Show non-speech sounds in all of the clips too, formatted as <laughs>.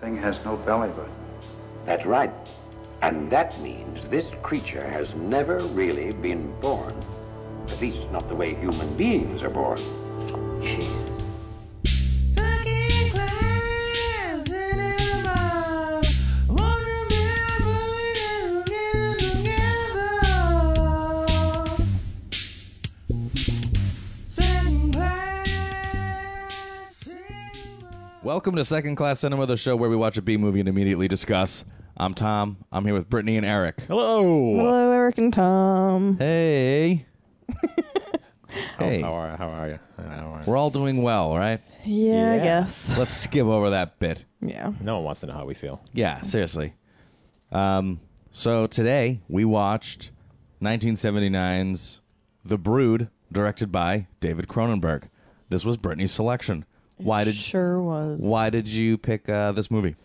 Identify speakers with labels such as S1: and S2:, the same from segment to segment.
S1: Thing has no belly button.
S2: That's right. And that means this creature has never really been born. At least not the way human beings are born. She.
S3: Second class in ever. Wondering if we're getting together. Second class cinema.
S4: Welcome to Second Class Cinema, the show where we watch a B movie and immediately discuss. I'm Tom. I'm here with Brittany and Eric.
S5: Oh. Hello.
S6: Hello, Eric and Tom.
S5: <laughs>
S4: Hey. hey.
S5: How are how are you? How are you?
S4: We're all doing well, right?
S6: Yeah, I
S5: Yeah.
S6: guess.
S4: Let's skip over that bit.
S6: Yeah.
S5: No one wants to know how we feel.
S4: Yeah, seriously. Um, so today we watched 1979's The Brood, directed by David Cronenberg. This was Brittany's selection. Why did
S6: Sure was.
S4: Why did you pick uh, this movie?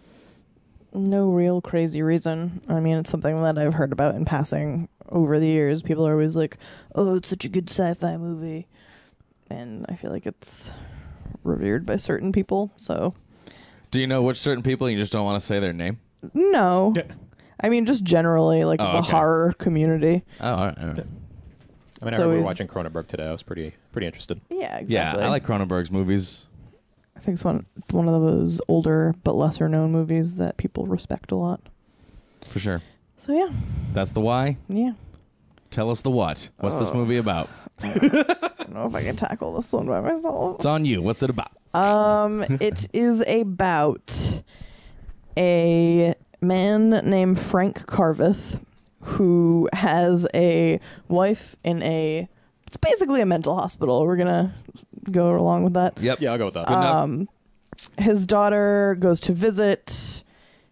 S6: No real crazy reason. I mean, it's something that I've heard about in passing over the years. People are always like, "Oh, it's such a good sci-fi movie," and I feel like it's revered by certain people. So
S4: Do you know which certain people and you just don't want to say their name?
S6: no, I mean just generally like
S4: Oh,
S6: the
S4: okay.
S6: horror community.
S4: Oh, all right. all right.
S5: I mean,
S6: It's
S5: I remember
S6: always-
S5: watching Cronenberg today. I was pretty pretty interested.
S6: Yeah,
S4: Yeah,
S6: exactly.
S4: I like Cronenberg's movies.
S6: I think it's one one of those older but lesser known movies that people respect a lot.
S4: For sure.
S6: So yeah,
S4: That's the why.
S6: yeah.
S4: Tell us the what. What's
S6: Oh.
S4: this movie about?
S6: I don't know if I can tackle this one by myself.
S4: It's on you. What's it about?
S6: Um, it is about a man named Frank Carveth who has a wife in a. It's basically a mental hospital. We're gonna go along with that.
S4: Yep.
S5: Yeah, I'll go with that.
S4: Good enough.
S6: Um, His daughter goes to visit.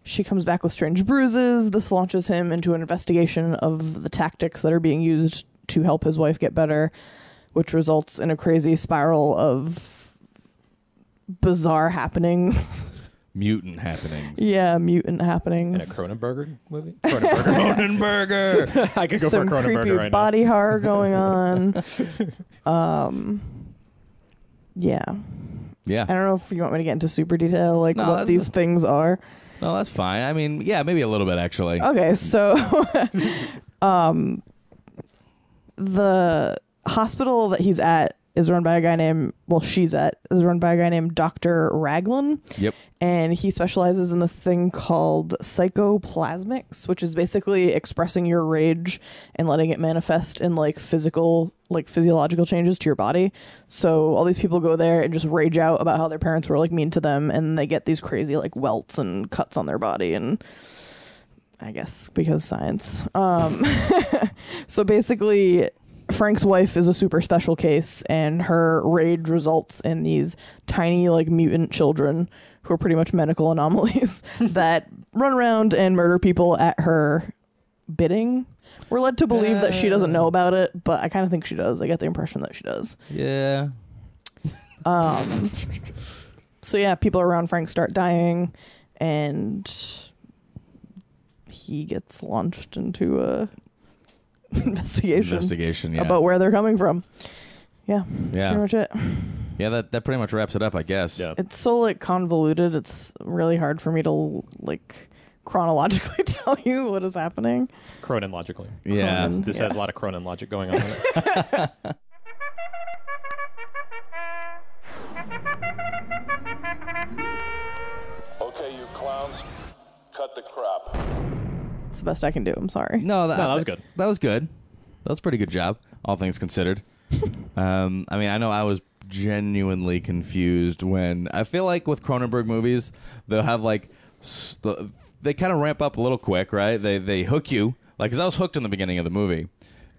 S6: She comes back with strange bruises. This launches him into an investigation of the tactics that are being used to help his wife get better, which results in a crazy spiral of bizarre happenings. <laughs>
S4: Mutant happenings.
S6: yeah,
S5: In
S6: mutant
S5: a
S6: happenings.
S5: Cronenberg <laughs> movie. Cronenberg.
S6: <laughs>
S4: Cronenberger.
S5: I could go
S6: Some
S5: for a
S6: creepy
S5: Cronenberg right
S6: body
S5: <laughs>
S6: horror going on. um, yeah, I
S4: yeah.
S6: don't know if you want me to get into super detail, like
S4: No,
S6: what
S4: that's-
S6: these things are.
S4: No, that's fine. I mean, yeah, maybe a little bit actually.
S6: Okay, so <laughs> um the hospital that he's at is run by a guy named well she's at is run by a guy named Dr. Raglan
S4: Yep.
S6: and he specializes in this thing called psychoplasmics, which is basically expressing your rage and letting it manifest in like physical, like physiological changes to your body. So all these people go there and just rage out about how their parents were like mean to them, and they get these crazy like welts and cuts on their body, and I guess because science. Um, <laughs> so basically. Frank's wife is a super special case, and her rage results in these tiny, like, mutant children who are pretty much medical <laughs> anomalies that run around and murder people at her bidding. We're led to believe that she doesn't know about it, but I kind of think she does. I get the impression that she does.
S4: Yeah.
S6: So, yeah, people around Frank start dying, and he gets launched into a <laughs> investigation,
S4: Investigation. Yeah.
S6: about where they're coming from. Yeah, pretty
S4: yeah.
S6: much it.
S4: Yeah. That that pretty much wraps it up, I guess.
S5: Yeah.
S6: It's so like convoluted. It's really hard for me to like chronologically <laughs> tell you what is happening.
S5: now. Cronin logically.
S4: Yeah.
S6: Cronin.
S5: This has a lot of Cronin logic going on. in it.
S7: Okay, you clowns, cut the crap.
S6: It's the best I can do. I'm sorry.
S4: No, that,
S5: No, that was good.
S4: That was good. That was a pretty good job, all things <laughs> considered. um, I mean, I know I was genuinely confused when I feel like with Cronenberg movies, they'll have like s- the- they kind of ramp up a little quick, right? They they hook you like because I was hooked in the beginning of the movie.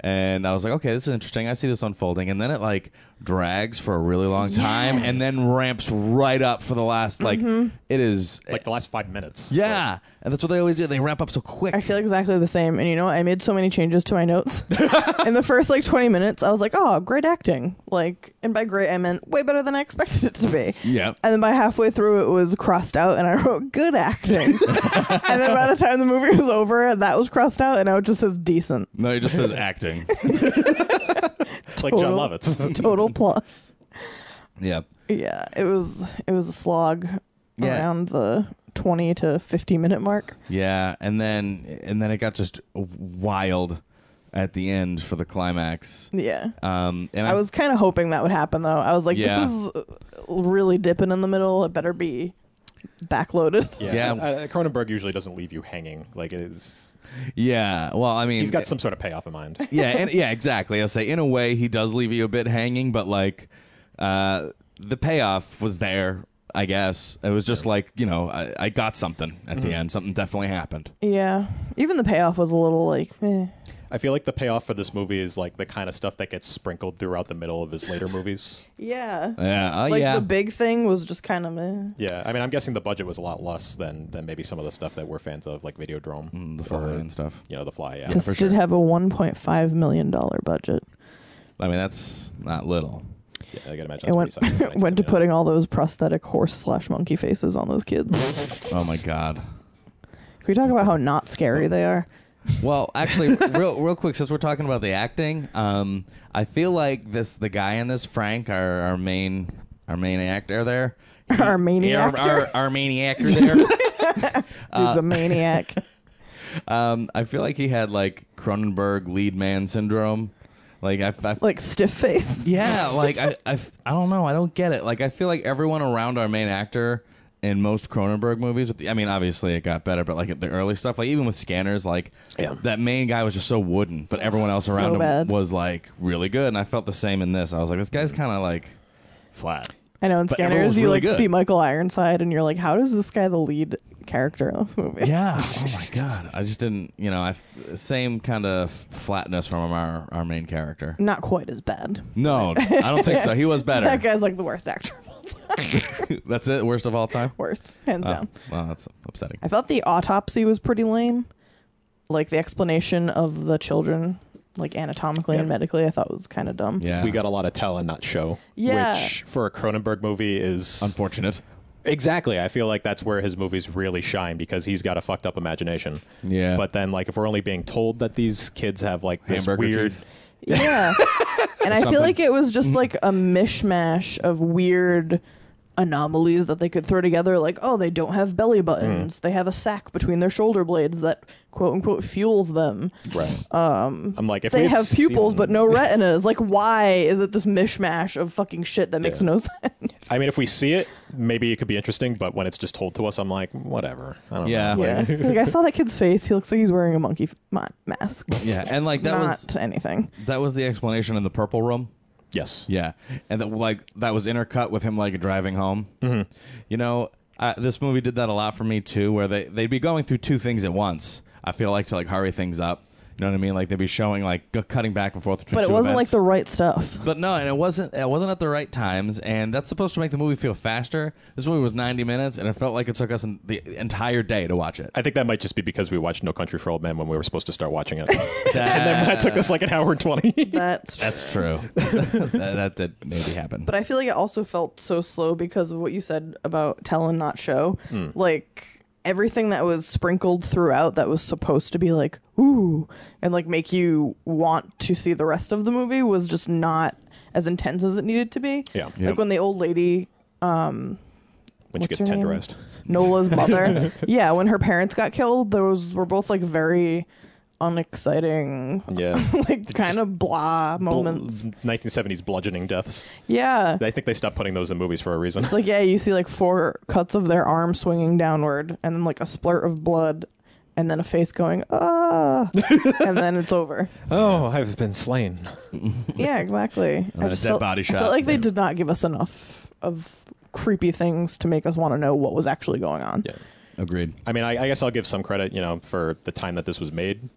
S4: And I was like, okay, this is interesting. I see this unfolding, and then it like drags for a really long time, and then ramps right up for the last like it is,
S5: Like the last five minutes.
S4: yeah. And that's what they always do. They ramp up so quick.
S6: I feel exactly the same. And you know, what? I made so many changes to my notes. <laughs> In the first like 20 minutes, I was like, oh, great acting. Like, and by great, I meant way better than I expected it to be.
S4: yeah,
S6: And then by halfway through, it was crossed out, and I wrote
S4: <laughs>
S6: good acting. and then by the time the movie was over, that was crossed out, and now it just says decent.
S4: <laughs> no, it just says acting.
S5: It's like John
S6: Total.
S5: Lovitz. <laughs>
S6: Total plus.
S4: Yeah.
S6: Yeah, it was it was a slog
S4: Yeah.
S6: Oh, around the 20 to 50 minute mark.
S4: Yeah, and then and then it got just wild at the end for the climax.
S6: Yeah.
S4: Um, and
S6: I was kind of hoping that would happen though. I was like,
S4: Yeah.
S6: this is uh, really dipping in the middle. It better be backloaded.
S4: Yeah.
S5: Yeah, uh, Cronenberg usually doesn't leave you hanging. Like it's,
S4: yeah. Well, I mean,
S5: he's got some sort of payoff in mind.
S4: yeah, and, yeah, exactly. I'll say in a way he does leave you a bit hanging, but like uh, the payoff was there. I guess it was just like you know I, I got something at the end. Something definitely happened.
S6: <laughs> Yeah. Even the payoff was a little like, eh.
S5: I feel like the payoff for this movie is like the kind of stuff that gets sprinkled throughout the middle of his later movies.
S6: Yeah.
S4: Yeah, oh
S6: like
S4: yeah.
S6: the big thing was just kind of eh.
S5: Yeah, I mean, I'm guessing the budget was a lot less than than maybe some of the stuff that we're fans of, like Videodrome,
S4: Mm, the fly and stuff.
S5: you know, The Fly. Yeah,
S6: this
S4: for
S6: did
S4: sure.
S6: have a 1.5 million dollar budget.
S4: I mean, that's not little.
S5: yeah I gotta imagine.
S6: It
S5: that's pretty
S6: went
S5: sci-fi
S6: <laughs> went to
S5: yeah.
S6: putting all those prosthetic horse slash monkey faces on
S4: <laughs>
S6: those kids.
S4: Oh my god.
S6: Can we talk about how not scary they are?
S4: Well, actually, <laughs> real real quick, since we're talking about the acting, um, I feel like this the guy in this Frank, our our main our main actor there,
S6: Our maniac.
S4: our, our, uh, our main actor there. <laughs>
S6: Dude's a maniac.
S4: um, I feel like he had like Cronenberg lead man syndrome. Like I, I
S6: Like stiff face.
S4: yeah, like I, I f- I don't know, I don't get it. Like I feel like everyone around our main actor in most Cronenberg movies, with the, I mean, obviously it got better, but like the early stuff, like even with Scanners, like
S5: Yeah.
S4: that main guy was just so wooden, but everyone else around him
S6: bad.
S4: was like really good, and I felt the same in this. I was like, this guy's kind of like flat.
S6: I know in
S4: But
S6: Scanners
S4: everyone's
S6: you
S4: really
S6: like
S4: good.
S6: see Michael Ironside and you're like, how does this guy the lead character in this movie?
S4: Yeah. Oh my god. I just didn't. You know, I same kind of flatness from our our main character.
S6: Not quite as bad.
S4: No, I don't think so. He was better.
S6: <laughs> That guy's like the worst actor of all
S4: <laughs>
S6: time.
S4: That's it. Worst of all time.
S6: worst, hands down.
S4: Oh, wow, that's upsetting.
S6: I thought the autopsy was pretty lame. Like the explanation of the children, like anatomically and medically, I thought was kind of dumb.
S4: Yeah,
S5: We got a lot of tell and not show.
S6: Yeah.
S5: Which for a Cronenberg movie is
S4: unfortunate.
S5: Exactly. I feel like that's where his movies really shine because he's got a fucked up imagination.
S4: Yeah.
S5: But then, like, if we're only being told that these kids have like this
S4: Hamburger
S5: weird,
S4: teeth. <laughs>
S6: Yeah. and I feel
S4: something.
S6: like it was just like a mishmash of weird anomalies that they could throw together like oh they don't have belly buttons
S4: Mm.
S6: they have a sack between their shoulder blades that quote unquote fuels them
S5: I'm like, if we
S6: they
S5: had
S6: have pupils
S5: seen-
S4: <laughs>
S6: but no retinas like why is it this mishmash of fucking shit that makes
S5: Yeah.
S6: no sense
S5: I mean, if we see it, maybe it could be interesting. But when it's just told to us, I'm like, whatever. I
S4: <laughs>
S5: don't
S4: Yeah.
S5: know. Like,
S6: yeah like i saw that kid's face he looks like he's wearing a monkey f- ma- mask
S4: Yeah, and like that
S6: not
S4: was
S6: anything
S4: that was the explanation in the purple room.
S5: Yes.
S4: Yeah, and that like that was intercut with him like driving home. Mm-hmm. You know, I, this movie did that a lot for me too, where they they'd be going through two things at once. I feel like to like hurry things up. You know what I mean? Like they'd be showing like g- cutting back and forth between.
S6: but it
S4: two
S6: wasn't like
S4: events.
S6: the right stuff
S4: But no, and it wasn't. It wasn't at the right times, and that's supposed to make the movie feel faster. This movie was ninety minutes, and it felt like it took us an, the entire day to watch it.
S5: I think that might just be because we watched No Country for Old Men when we were supposed to start watching <laughs> it. and then that took us like an hour and 20.
S6: that's true
S4: That's true. <laughs> that, that did maybe happen.
S6: but I feel like it also felt so slow because of what you said about tell and not show.
S5: Hmm.
S6: Like everything that was sprinkled throughout that was supposed to be like ooh and like make you want to see the rest of the movie was just not as intense as it needed to be.
S5: Yeah.
S6: Like
S4: Yep.
S6: when the old lady
S5: <laughs> when she
S6: What's
S5: gets
S6: her name?
S5: <laughs> tenderized. <laughs>
S6: Nola's mother. yeah, when her parents got killed, those were both like very unexciting
S5: Yeah.
S6: <laughs> like kind of blah moments.
S5: 1970s bludgeoning deaths.
S6: yeah.
S5: I think they stopped putting those in movies for a reason.
S6: It's like, yeah, you see like four cuts of their arm swinging downward, and then like a splurt of blood, and then a face going, ah, and then
S4: <laughs>
S6: it's over.
S5: Oh, I've been slain.
S6: Yeah, exactly. I
S4: then a
S6: just
S4: dead
S6: felt-
S4: body
S6: I
S4: shot.
S6: felt like they did not give us enough of creepy things to make us want to know what was actually going on.
S5: Yeah.
S4: Agreed.
S5: I mean, I, I guess I'll give some credit, you know, for the time that this was made.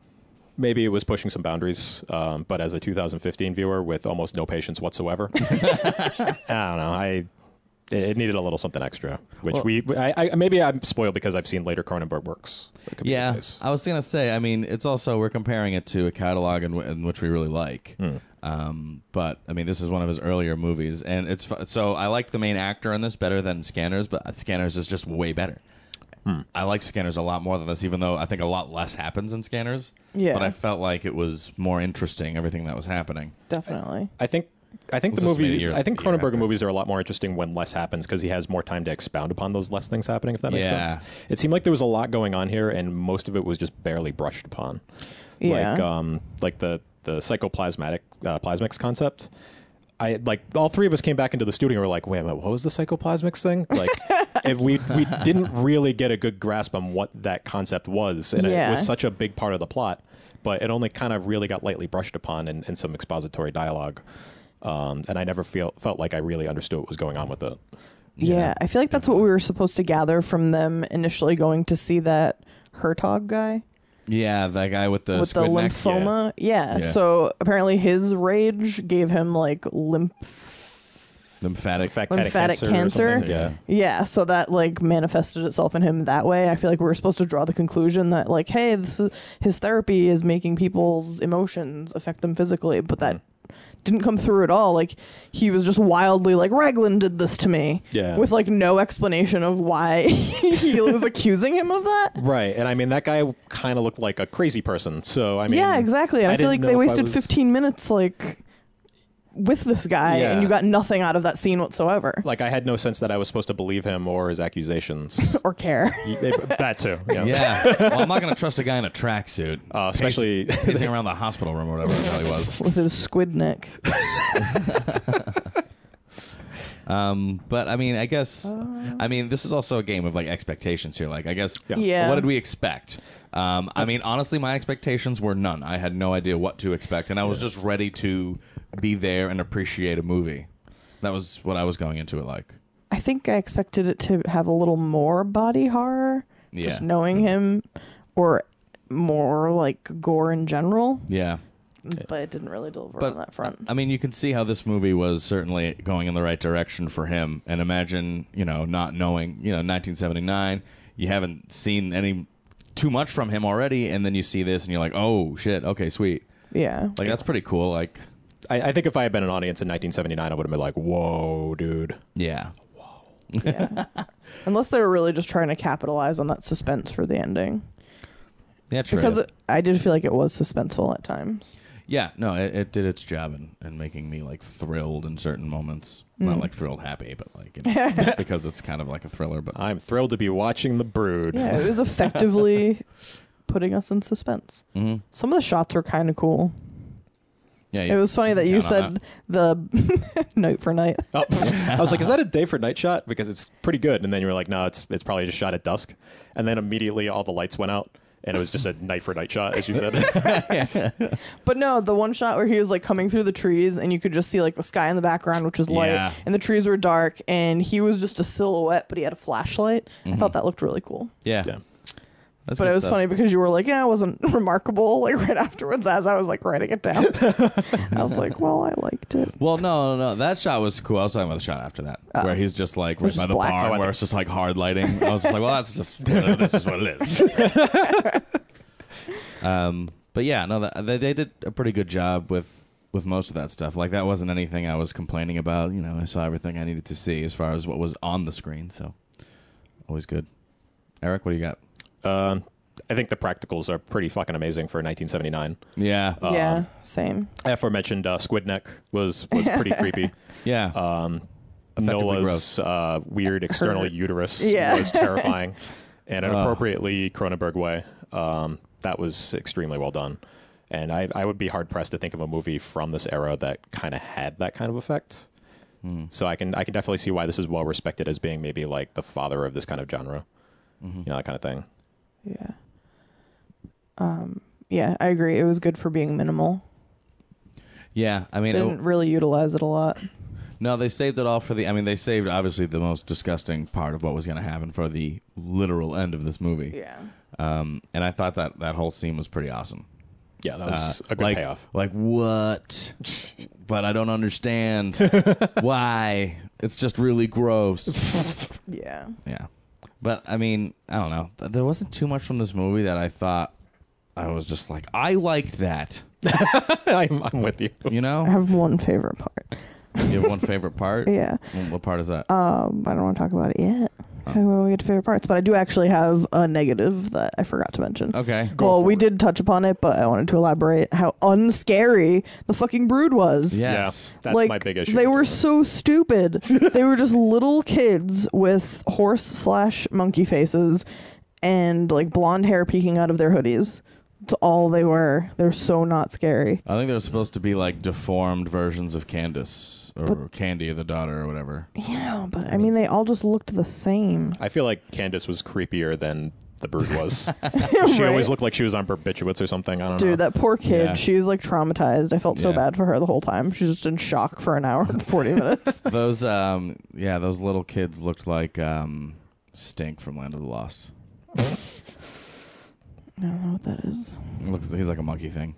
S5: Maybe it was pushing some boundaries, um, but as a 2015 viewer with almost no patience whatsoever, I don't know. I it- it needed a little something extra, which we I, I maybe I'm spoiled because I've seen later Cronenberg works. That could be the
S4: Yeah,
S5: case.
S4: I was gonna say. I mean, it's also we're comparing it to a catalog in, w- in which we really like. Um, but I mean, this is one of his earlier movies, and it's fu- so I like the main actor in this better than Scanners, but Scanners is just way better. I like Scanners a lot more than this, even though I think a lot less happens in Scanners.
S6: Yeah.
S4: but I felt like it was more interesting everything that was happening.
S6: Definitely.
S5: I think I think
S4: Was
S5: the
S4: this made a
S5: movie.
S4: year-
S5: I think
S4: year
S5: Cronenberg
S4: after?
S5: movies are a lot more interesting when less happens because he has more time to expound upon those less things happening. If that makes
S4: Yeah.
S5: sense. It seemed like there was a lot going on here, and most of it was just barely brushed upon.
S6: Yeah.
S5: Like um, like the the psychoplasmatic uh, plasmics concept. I like all three of us came back into the studio. and We're like, wait a minute, what was the psychoplasmics thing?
S6: <laughs>
S5: Like, if we we didn't really get a good grasp on what that concept was, and it
S6: Yeah.
S5: was such a big part of the plot, but it only kind of really got lightly brushed upon in, in some expository dialogue. Um, and I never feel felt like I really understood what was going on with it.
S6: Yeah, I feel like that's what we were supposed to gather from them initially going to see that Hertog guy
S4: Yeah, that guy with the
S6: with the
S4: squid neck, yeah.
S6: lymphoma. Yeah.
S4: Yeah.
S6: So apparently his rage gave him like lymph.
S4: lymphatic.
S6: Lymphatic
S5: or
S6: cancer?
S5: something. Yeah.
S6: Yeah. So that like manifested itself in him that way. I feel like we were supposed to draw the conclusion that like, hey, this is his therapy is making people's emotions affect them physically, but that.
S5: Mm-hmm.
S6: Didn't come through at all. Like he was just wildly like Raglan did this to me,
S5: Yeah.
S6: with like no explanation of why <laughs> he was accusing him of that.
S5: <laughs> Right. And I mean, that guy kind of looked like a crazy person. So, I mean,
S6: yeah, exactly. I, feel
S5: didn't
S6: like
S5: know
S6: they
S5: if I
S6: wasted
S5: was-
S6: 15 minutes like with this guy
S5: Yeah.
S6: and you got nothing out of that scene whatsoever
S5: Like, I had no sense that I was supposed to believe him or his accusations.
S6: or care.
S5: Y- <laughs> that too. Yeah.
S4: Yeah. <laughs> well, I'm not gonna trust a guy in a tracksuit,
S5: Uh, especially-
S4: Pace- <laughs> pacing around the hospital room or whatever the hell he was.
S6: With his squid neck.
S4: Um, but I mean, I guess, I mean, this is also a game of like expectations here. Like, I guess,
S6: Yeah.
S4: what did we expect? Um, I mean, honestly, my expectations were none. I had no idea what to expect, and I was just ready to be there and appreciate a movie. That was what I was going into it like.
S6: I think I expected it to have a little more body horror, just
S4: Yeah. Mm-hmm.
S6: knowing him, or more like gore in general,
S4: Yeah.
S6: but it didn't really deliver
S4: But-
S6: on that front.
S4: I mean, you can see how this movie was certainly going in the right direction for him. And imagine, you know, not knowing, you know, 1979, you haven't seen any too much from him already, and then you see this, and you're like, oh shit, okay, sweet.
S6: yeah.
S4: Like that's pretty cool. Like,
S5: I, I think if I had been an audience in 1979, I would have been like, whoa, dude.
S4: yeah,
S6: yeah. Unless they were really just trying to capitalize on that suspense for the ending.
S4: yeah, true.
S6: Because it, I did feel like it was suspenseful at times.
S4: yeah, no, it, it did its job in, in making me like thrilled in certain moments.
S6: Mm.
S4: Not like thrilled happy, but like
S6: <laughs>
S4: you know, because it's kind of like a thriller. But
S5: I'm thrilled to be watching The Brood.
S6: Yeah,
S4: <laughs>
S6: it was effectively putting us in suspense.
S4: Mhm.
S6: Some of the shots were kind of cool.
S4: yeah,
S6: It was funny that you
S4: Count on
S6: said the <laughs> night for night.
S5: Oh, <laughs> I was like, is that a day for night shot? Because it's pretty good. And then you were like, no, it's it's probably just shot at dusk. And then immediately all the lights went out. And it was just a night for night shot, as you said.
S6: But no, the one shot where he was like coming through the trees and you could just see like the sky in the background, which was light,
S4: Yeah.
S6: and the trees were dark, and he was just a silhouette, but he had a flashlight. I thought that looked really cool.
S4: yeah.
S5: Yeah.
S4: That's Mm-hmm.
S6: But
S4: good
S6: it was
S4: stuff.
S6: funny because you were like, yeah, it wasn't <laughs> remarkable. Like right afterwards, as I was like writing
S4: <laughs>
S6: it down, I was like, well, I liked it.
S4: Well, no, no, no. That shot was cool. I was talking about the shot after that, where he's just like right
S6: Oh. just
S4: by the
S6: black.
S4: bar,
S6: Oh, I
S4: where
S5: think-
S4: it's just like hard lighting. I was just like, well, that's
S6: <laughs>
S4: just this is what it is. <laughs> um, but yeah, no, that, they, they did a pretty good job with with most of that stuff. Like that wasn't anything I was complaining about. You know, I saw everything I needed to see as far as what was on the screen. So always good. Eric, what do you got?
S5: Um, I think the practicals are pretty fucking amazing for 1979.
S4: Yeah,
S6: yeah, Uh, same.
S5: Aforementioned uh, squid neck was was pretty creepy.
S4: yeah. Effectively gross.
S5: Nola's uh, weird external
S6: <laughs> Her-
S5: uterus
S6: Yeah.
S5: was
S6: <laughs>
S5: terrifying, and an
S4: Ugh.
S5: appropriately Cronenberg way. Um, that was extremely well done, and I, I would be hard pressed to think of a movie from this era that kind of had that kind of effect.
S4: Hmm.
S5: So I can I can definitely see why this is well respected as being maybe like the father of this kind of genre,
S4: Mm-hmm.
S5: you know that kind of thing.
S6: Yeah. Um. Yeah, I agree. It was good for being minimal.
S4: yeah. I mean,
S6: They
S4: it-
S6: didn't really utilize it a lot.
S4: No, they saved it all for the. I mean, they saved obviously the most disgusting part of what was going to happen for the literal end of this movie.
S6: Yeah.
S4: Um, and I thought that that whole scene was pretty awesome.
S5: Yeah, that was
S4: Uh,
S5: a good
S4: like,
S5: payoff. <laughs>
S4: Like what? but I don't
S5: <laughs>
S4: understand why. It's just really gross.
S6: Yeah.
S4: yeah, but I mean, I don't know. Th- There wasn't too much from this movie that I thought I was just like, I liked that.
S5: I'm, I'm with you.
S4: You
S6: I <laughs>
S4: know,
S6: have one favorite part.
S4: you have one favorite part.
S6: Yeah.
S4: What part is that?
S6: Um, I don't want to talk about it yet. How we get to favorite parts, but I do actually have a negative that I forgot to mention.
S4: Okay.
S6: well, we did touch upon it, but I wanted to elaborate how unscary the fucking brood was.
S4: Yes.
S5: Yeah, that's
S6: like,
S5: my big issue.
S6: They were
S5: <laughs>
S6: so stupid. they were just little kids with horse slash monkey faces and like blonde hair peeking out of their hoodies. That's all they were. They're so not scary.
S4: I think they were supposed to be like deformed versions of Candace or Candy, the daughter, or whatever. <laughs>
S6: Yeah, but I mean, they all just looked the same.
S5: I feel like Candace was creepier than the brood
S4: <laughs>
S5: was. she
S6: <laughs> Right?
S5: always looked like she was on barbiturates or something. I don't know.
S6: Dude, that poor kid.
S4: Uh-huh. Yeah.
S6: She's like traumatized. I felt so
S4: Yeah.
S6: bad for her the whole time. She's just in shock for an hour and
S4: <laughs>
S6: 40 minutes.
S4: those, um, yeah, those little kids looked like um, Stink from Land of the Lost.
S6: I don't know what that is.
S4: He looks, he's like a monkey thing.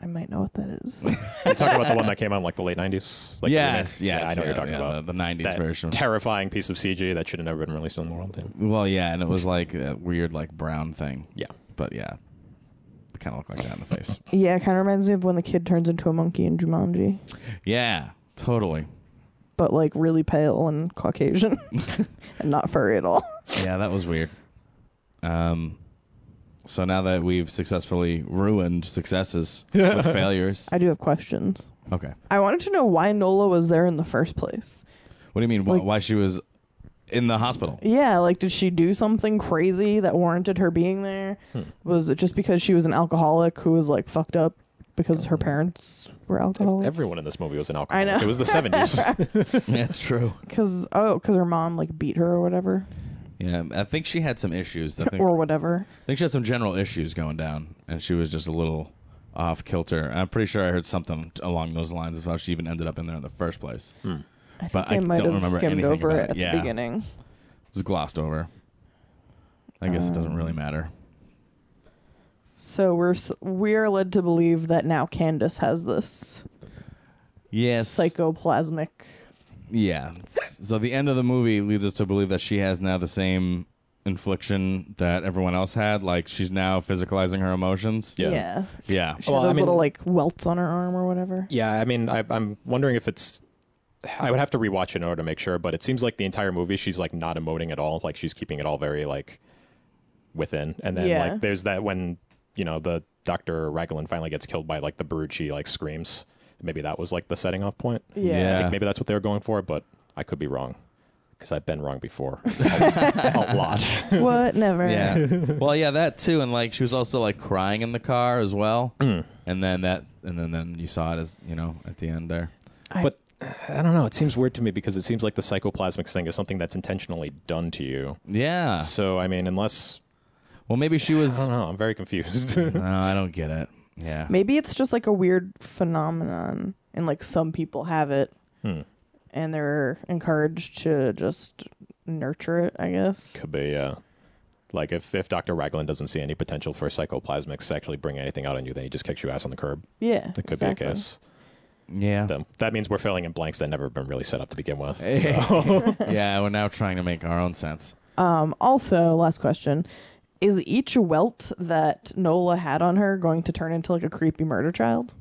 S6: I might know what that is.
S5: I'm talking about the
S6: <laughs>
S5: one that came out in like the late 90s. Like the
S4: yes,
S5: remake. Yeah,
S4: yes,
S5: I know what
S4: yeah,
S5: you're talking
S4: yeah,
S5: about.
S4: the, the '90s
S5: that
S4: version.
S5: terrifying piece of CG that should have never been released in the world. Yeah.
S4: well, yeah, and it
S5: <laughs>
S4: was like a weird, like brown thing.
S5: Yeah.
S4: but yeah, they kind of look like that in the face.
S6: yeah, it kind of reminds me of when the kid turns into a monkey in Jumanji,
S4: yeah, totally.
S6: but like really pale and
S4: <laughs>
S6: Caucasian and not furry at all.
S4: Yeah, that was weird. Um, so now that we've successfully ruined
S5: <laughs>
S4: successes with failures,
S6: I do have questions.
S4: okay.
S6: I wanted to know why Nola was there in the first place.
S4: What do you mean? wh-
S6: Like-
S4: why she was in the hospital?
S6: Yeah, like did she do something crazy that warranted her being there?
S4: Hmm.
S6: Was it just because she was an alcoholic who was like fucked up because
S4: Uh-huh.
S6: her parents were alcoholic?
S5: Everyone in this movie was an alcoholic.
S6: know.
S5: It was the
S6: <laughs>
S5: 70s.
S4: That's true.
S6: Because oh, because her mom like beat her or whatever
S4: Yeah, I think she had some issues. I think,
S6: or whatever.
S4: I think she had some general issues going down, and she was just a little off kilter. I'm pretty sure I heard something t- along those lines of how she even ended up in there in the first place.
S6: I think
S4: But
S6: they
S4: I
S6: might
S4: don't
S6: have
S4: remember
S6: skimmed
S4: anything
S6: over
S4: about
S6: it
S4: it.
S6: at
S4: Yeah.
S6: the beginning.
S4: It was glossed over. I guess it doesn't really matter.
S6: So we're s- we are led to believe that now Candace has this
S4: Yes.
S6: psychoplasmic.
S4: Yeah. So the end of the movie leads us to believe that she has now the same infliction that everyone else had. Like she's now physicalizing her emotions.
S5: Yeah.
S6: yeah.
S4: Yeah.
S6: She
S5: Well,
S6: had
S5: I
S6: those
S5: mean-
S6: little like welts on her arm or whatever.
S5: <laughs> yeah, I mean, I, I'm wondering if it's. I would have to rewatch it in order to make sure, but it seems like the entire movie she's like not emoting at all. Like she's keeping it all very like within. And then
S6: Yeah.
S5: like there's that when, you know, the Dr. Raglan finally gets killed by like the brood, she like screams. Maybe that was like the setting off point.
S6: Yeah.
S5: I
S4: Yeah.
S5: think maybe that's what they were going for, but I could be wrong because I've been wrong before a lot.
S6: <laughs> What? Never.
S4: <laughs> Yeah. well, yeah, that too, and like she was also like crying in the car as well. And then that, and then then you saw it as you know at the end there.
S5: <laughs> But uh, I don't know. It seems weird to me because it seems like the psychoplasmics thing is something that's intentionally done to you.
S4: Yeah.
S5: So I mean, unless
S4: Well, maybe she was.
S5: I don't know, I'm very confused.
S4: No, I don't get it. Yeah.
S6: Maybe it's just like a weird phenomenon, and like some people have it,
S4: Hmm.
S6: and they're encouraged to just nurture it. I guess.
S5: <laughs> Could be, yeah. Like if, if Dr. Raglan doesn't see any potential for psychoplasmics to actually bring anything out on you, then he just kicks your ass on the curb.
S6: Yeah.
S5: That could
S6: exactly.
S5: be a case.
S4: Yeah.
S5: Then that means we're filling in blanks that never been really set up to begin with.
S4: <laughs> yeah. We're now trying to make our own sense.
S6: Um, also, last question. Is each welt that Nola had on her going to turn into like a creepy murder child?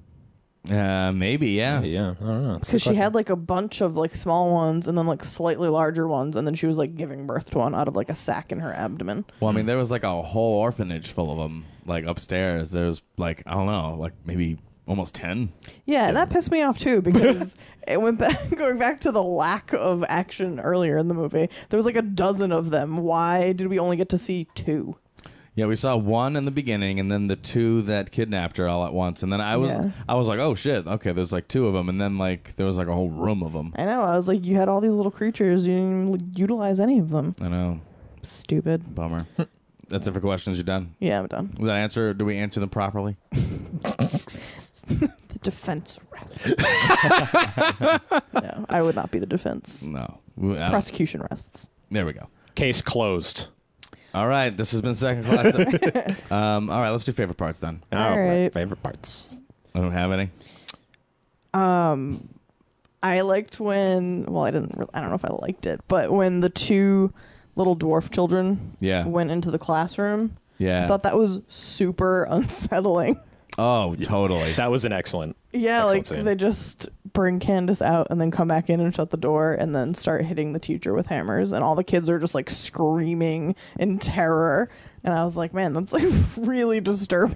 S4: Uh, maybe. Yeah.
S5: <laughs> Yeah, I don't know. It's a
S6: Because
S5: good
S6: she had like a bunch of like small ones and then like slightly larger ones, and then she was like giving birth to one out of like a sac in her abdomen.
S4: Well, I mean, there was like a whole orphanage full of them, like upstairs. There's like I don't know, like maybe almost ten.
S6: Yeah, that pissed me off too because <laughs> it went back going back to the lack of action earlier in the movie. There was like a dozen of them. Why did we only get to see two?
S4: Yeah, we saw one in the beginning, and then the two that kidnapped her all at once. And then I was,
S6: Yeah.
S4: I was like, oh shit, okay, there's like two of them, and then like there was like a whole room of them.
S6: I know. I was like, you had all these little creatures. You didn't even, like, utilize any of them.
S4: I know,
S6: Stupid.
S4: bummer. That's it for questions. You're done.
S6: Yeah, I'm done.
S4: Was that answer? Did we answer them properly?
S6: The defense rests. no, I would not be the defense.
S4: No. We- I don't-
S6: Prosecution rests.
S4: There we go.
S5: Case closed.
S4: All right, this has been second class. um, all right, let's do favorite parts then.
S6: All
S5: Oh, my
S6: right.
S5: Favorite parts.
S4: I don't have any.
S6: Um, I liked when. Well, I didn't. re- I don't know if I liked it, but when the two little dwarf children
S4: Yeah.
S6: went into the classroom,
S4: Yeah.
S6: I thought that was super <laughs> unsettling.
S4: Oh, totally.
S5: That was an excellent.
S6: Yeah,
S5: excellent
S6: like
S5: scene.
S6: they just bring Candace out and then come back in and shut the door and then start hitting the teacher with hammers and all the kids are just like screaming in terror. And I was like, man, that's like <laughs>
S4: <laughs>
S6: really disturbing.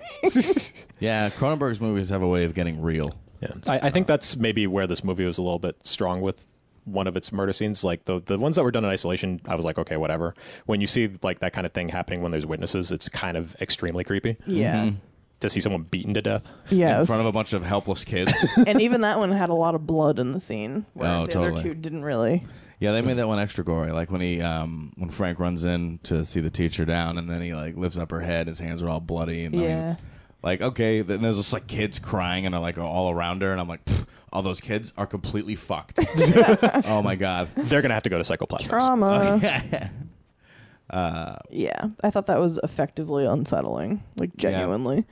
S4: Yeah, Cronenberg's movies have a way of getting real.
S5: Yeah, I, I think that's maybe where this movie was a little bit strong with one of its murder scenes. Like the the ones that were done in isolation, I was like, okay, whatever. When you see like that kind of thing happening when there's witnesses, it's kind of extremely creepy
S6: yeah.
S4: Mm-hmm.
S5: to see someone beaten to death.
S6: Yeah. it
S4: in
S6: was-
S4: front of a bunch of helpless kids.
S6: <laughs> and even that one had a lot of blood in the scene. Where
S4: Oh,
S6: the other
S4: totally.
S6: two didn't really.
S4: yeah, they made that one extra gory. Like when he, um, when Frank runs in to see the teacher down, and then he like lifts up her head. His hands are all bloody, and I mean,
S6: Yeah.
S4: it's like okay. Then there's just like kids crying and are like all around her, and I'm like, "Pfft, all those kids are completely fucked. oh my god.
S5: They're gonna have to go to psychoplastics.
S4: Oh, <laughs>
S6: Trauma. yeah. I thought that was effectively unsettling. Like genuinely.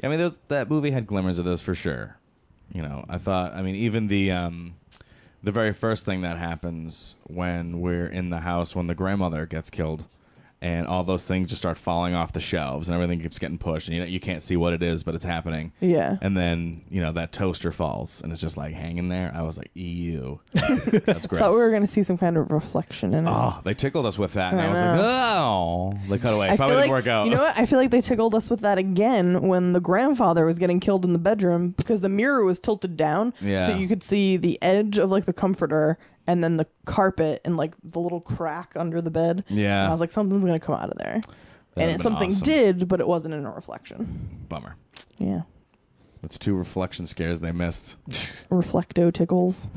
S4: Yeah, I mean, those, that movie had glimmers of this for sure. You know, I thought. I mean, even the um, the very first thing that happens when we're in the house when the grandmother gets killed, and all those things just start falling off the shelves, and everything keeps getting pushed, and you know you can't see what it is, but it's happening.
S6: Yeah.
S4: And then you know that toaster falls, and it's just like hanging there. I was like, ew,
S6: <laughs>
S4: that's gross.
S6: Thought we were gonna see some kind of reflection in it.
S4: Oh, they tickled us with that, and I,
S6: I
S4: was like, oh, they cut away.
S6: I
S4: Probably
S6: feel
S4: didn't
S6: like-
S4: work out.
S6: You know what? I feel like they tickled us with that again when the grandfather was getting killed in the bedroom because the mirror was tilted down,
S4: Yeah.
S6: so you could see the edge of like the comforter and then the carpet and like the little crack under the bed.
S4: Yeah.
S6: and I was like, something's gonna come out of there, and
S4: would've
S6: it,
S4: been
S6: something
S4: awesome.
S6: did, but it wasn't in a reflection.
S4: Bummer.
S6: Yeah,
S4: That's two reflection scares they missed.
S6: reflecto tickles.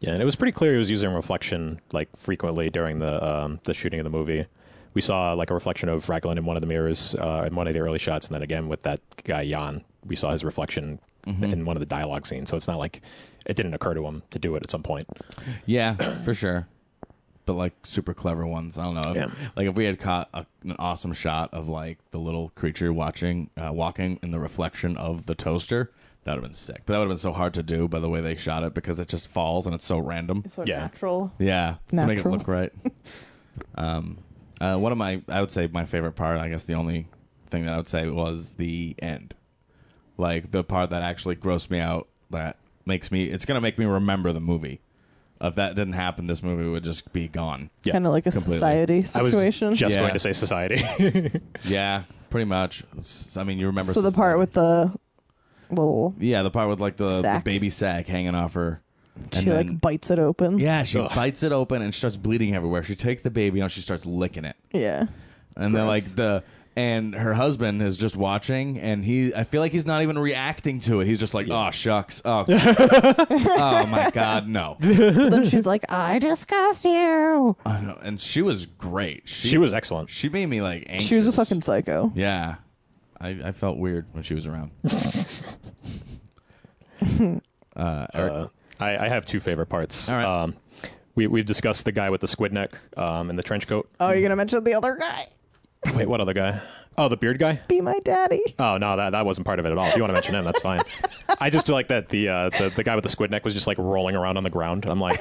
S5: Yeah, and it was pretty clear he was using reflection like frequently during the um, the shooting of the movie. We saw like a reflection of Raglan in one of the mirrors uh, in one of the early shots, and then again with that guy Jan, we saw his reflection
S4: Mm-hmm.
S5: in one of the dialogue scenes. So it's not like it didn't occur to him to do it at some point.
S4: Yeah, for sure. But like super clever ones. I don't know. If,
S5: Yeah.
S4: Like if we had caught a, an awesome shot of like the little creature watching, uh, walking in the reflection of the toaster, that would have been sick. But that would have been so hard to do by the way they shot it because it just falls and it's so random.
S6: So
S5: Yeah.
S6: natural.
S4: Yeah, to make it
S6: Natural.
S4: look
S6: <laughs>
S4: right. um, uh, one of my, I would say my favorite part. I guess the only thing that I would say was the end, like the part that actually grossed me out. That makes me. It's gonna make me remember the movie. If that didn't happen, this movie would just be gone.
S5: Yeah,
S6: kind of like a
S4: completely.
S6: society
S5: I was
S6: situation.
S5: just
S4: Yeah.
S5: going to say society. <laughs>
S4: Yeah, pretty much. It's- I mean, you remember.
S6: so the part
S4: society.
S6: with the little
S4: yeah, the part with like the, the
S6: Sack.
S4: baby sack hanging off her.
S6: she
S4: then-
S6: like bites it open.
S4: Yeah, she
S5: Ugh.
S4: bites it open and starts bleeding everywhere. She takes the baby out. She starts licking it.
S6: yeah.
S4: and then like the and her husband is just watching and he i feel like he's not even reacting to it he's just like oh shucks
S5: <laughs>
S4: oh oh my god no
S6: then she's like, I disgust you.
S4: I know. and she was great she,
S5: she was excellent.
S4: she made me like anxious.
S6: She was a fucking psycho.
S4: yeah i i felt weird when she was
S5: <laughs>
S4: around
S5: Uh, I, I have two favorite parts.
S4: All right.
S5: Um, we we've discussed the guy with the squid neck um, and the trench coat.
S6: Oh, you're gonna mention the other guy?
S5: Wait, what other guy? Oh, the beard guy.
S6: Be my
S5: <laughs>
S6: daddy.
S5: Oh no, that, that wasn't part of it at all. If you want to mention him, that's fine. I just like that the, uh, the the guy with the squid neck was just like rolling around on the ground. I'm like,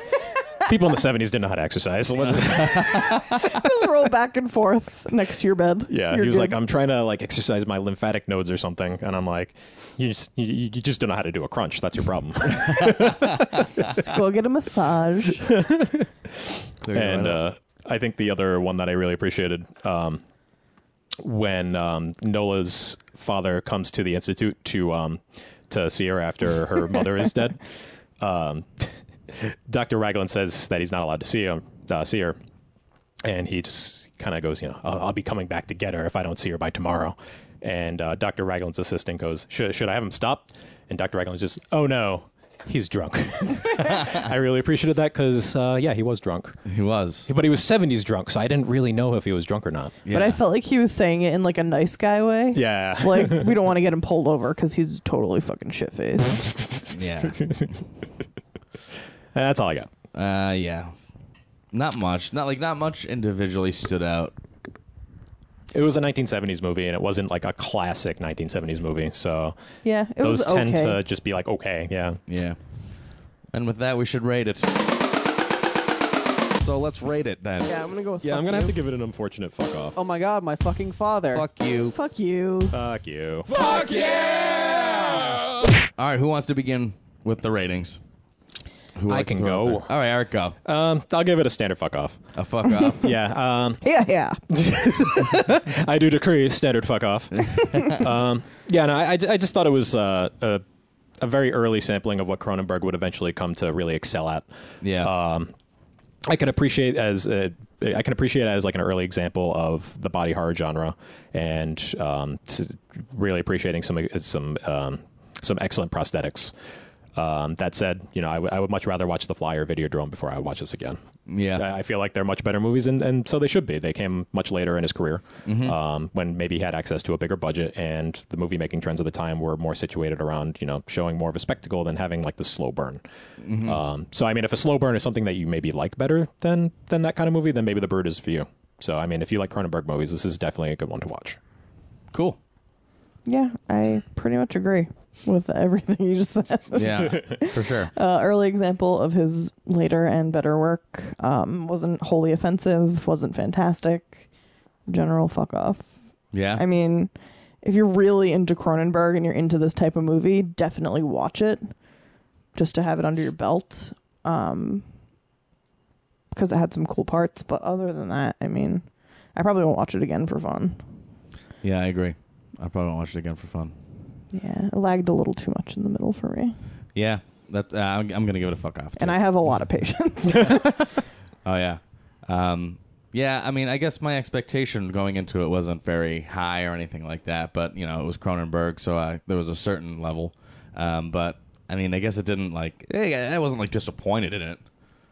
S5: people in the '70s didn't know how to exercise. <laughs> Yeah,
S6: Just roll back and forth next to your bed. You're
S5: he was
S6: good.
S5: like, I'm trying to like exercise my lymphatic nodes or something, and I'm like, you just you, you you just don't know how to do a crunch. That's your problem.
S6: Just go get a massage.
S5: <laughs>
S4: Clear your
S5: and
S4: mind up.
S5: uh, I think the other one that I really appreciated um, when um, Nola's father comes to the institute to um, to see her after her mother is dead. Um, <laughs> Doctor Raglan says that he's not allowed to see him, uh, see her, and he just kind of goes, you know, I'll, I'll be coming back to get her if I don't see her by tomorrow. And uh, Doctor Raglan's assistant goes, should, should I have him stop? And Doctor Raglan's just, oh no, he's drunk. <laughs> I really appreciated that because, uh, yeah, he was drunk.
S4: he
S5: <laughs>
S4: was
S5: But he was 70s drunk, so I didn't really know if he was drunk or not.
S6: But I felt like he was saying it in like a nice guy way.
S5: Yeah. <laughs>
S6: Like we don't want to get him pulled over because he's totally fucking
S5: <laughs>
S6: shit faced.
S4: yeah
S5: That's all I got.
S4: uh yeah not much not like not much individually stood out
S5: It was a 1970s movie, and it wasn't like a classic 1970s movie, so
S6: yeah, it
S5: those
S6: was
S5: tend
S6: okay.
S5: to just be like, okay, yeah.
S4: yeah and with that we should rate it So let's rate it then.
S6: Yeah, I'm gonna go with.
S5: Yeah,
S6: fuck
S5: I'm gonna
S6: you.
S5: have to give it an unfortunate fuck off.
S1: Oh my god, my fucking father.
S4: Fuck you.
S6: Fuck you.
S5: Fuck you.
S4: All right, who wants to begin with the ratings? Who
S5: I
S4: wants to
S5: can
S4: throw out
S5: go.
S4: there? All right, Eric, go.
S6: Uh,
S5: Um, I'll give it a standard fuck <laughs> off.
S4: A fuck off.
S6: <laughs>
S5: Yeah. Um,
S6: Yeah, yeah.
S5: I do decree standard fuck
S6: <laughs>
S5: off. um, yeah, no, I, I ju- I just thought it was uh, a, a very early sampling of what Cronenberg would eventually come to really excel at.
S4: Yeah.
S5: Um, I can appreciate as a, I can appreciate it as like an early example of the body horror genre, and um, s- really appreciating some some um, some excellent prosthetics. Um, that said, you know, I would- I would much rather watch The Fly or Videodrome before I watch this again.
S4: yeah.
S5: I I feel like they're much better movies, and, and so they should be. They came much later in his career, um, when maybe he had access to a bigger budget, and the movie making trends of the time were more situated around you know showing more of a spectacle than having like the slow burn. Um, so I mean, if a slow burn is something that you maybe like better than than that kind of movie, then maybe The Bird is for you. So I mean, if you like Cronenberg movies, this is definitely a good one to watch.
S6: <laughs>
S4: cool.
S6: Yeah, I pretty much agree with everything you just said.
S4: Yeah, for sure.
S6: Uh, early example of his later and better work. Um, wasn't wholly offensive. Wasn't fantastic. General fuck off.
S4: Yeah.
S6: I mean, if you're really into Cronenberg and you're into this type of movie, definitely watch it just to have it under your belt. Um, because it had some cool parts, but other than that, I mean, I probably won't watch it again for fun.
S4: yeah, I agree. I probably won't watch it again for fun.
S6: Yeah, it lagged a little too much in the middle for me,
S4: Yeah. That uh, I'm, I'm gonna give it a fuck off.
S6: and
S4: too.
S6: I have a lot
S4: <laughs>
S6: of patience.
S4: Oh yeah. Um, yeah, I mean, I guess my expectation going into it wasn't very high or anything like that, but you know, it was Cronenberg, so I, there was a certain level. Um, but I mean, I guess it didn't like. Hey, I I wasn't like disappointed in it.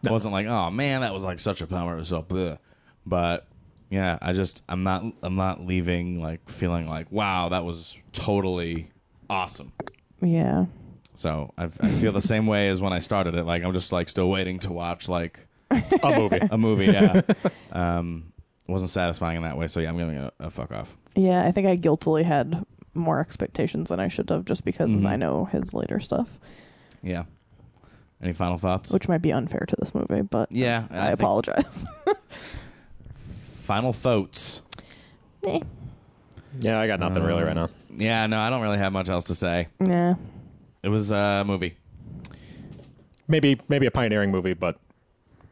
S4: It wasn't like, oh man, that was like such a bummer. It was so. Bleh. But yeah, I just I'm not I'm not leaving like feeling like wow that was totally awesome.
S6: yeah,
S4: So I, I feel the same way as when I started it. Like I'm just like still waiting to watch like
S5: <laughs> A movie.
S4: a movie. <laughs> Yeah, um, wasn't satisfying in that way. So yeah, I'm giving it a, a fuck off.
S6: yeah, I think I guiltily had more expectations than I should have, just because
S4: Mm-hmm.
S6: I know his later stuff,
S4: Yeah. Any final thoughts?
S6: which might be unfair to this movie, but
S4: yeah,
S6: I,
S4: think
S6: apologize. <laughs>
S4: Final thoughts.
S6: Eh,
S5: yeah, I got nothing really right now.
S4: Yeah, no, I don't really have much else to say.
S6: nah.
S4: It was uh, a movie.
S5: Maybe maybe a pioneering movie, but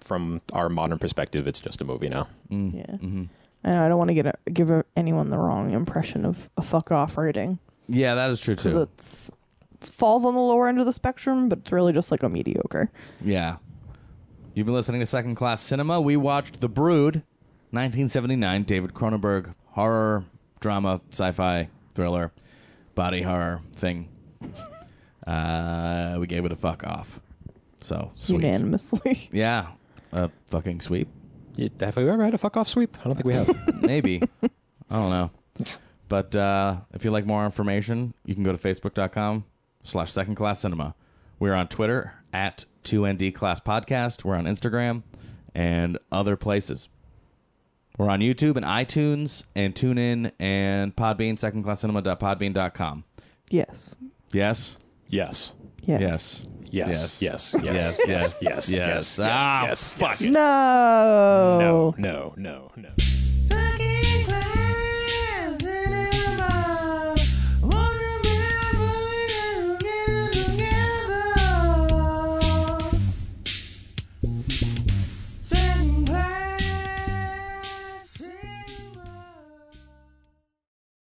S5: from our modern perspective, it's just a movie now.
S4: Mm,
S6: Yeah.
S4: mm-hmm.
S6: I, know, I don't want to get a, give a, anyone the wrong impression of a fuck off rating
S4: Yeah, that is true
S6: because
S4: too.
S6: it's it falls on the lower end of the spectrum, but it's really just like a mediocre.
S4: yeah. You've been listening to Second Class Cinema. We watched The Brood, 1979, David Cronenberg horror drama, sci-fi thriller, body horror thing. <laughs> Uh, we gave it a fuck off. So sweet.
S6: Unanimously, <laughs>
S4: Yeah, a fucking sweep.
S5: Yeah, Have we ever had a fuck off sweep? I don't think we have.
S4: Maybe. I don't know. But uh, if you'd like more information, you can go to facebook.com slash second class cinema. We're on Twitter at 2ND class podcast. We're on Instagram and other places. We're on YouTube and iTunes and TuneIn and Podbean, secondclasscinema.podbean.com.
S6: yes.
S4: Yes?
S5: yes.
S6: yes,
S4: Yes.
S5: Yes. Yes.
S4: Yes. Yes.
S5: Ah,
S4: Yes. Yes.
S5: Yes.
S4: Ah, fuck it.
S5: No.
S6: No.
S5: No. No. No.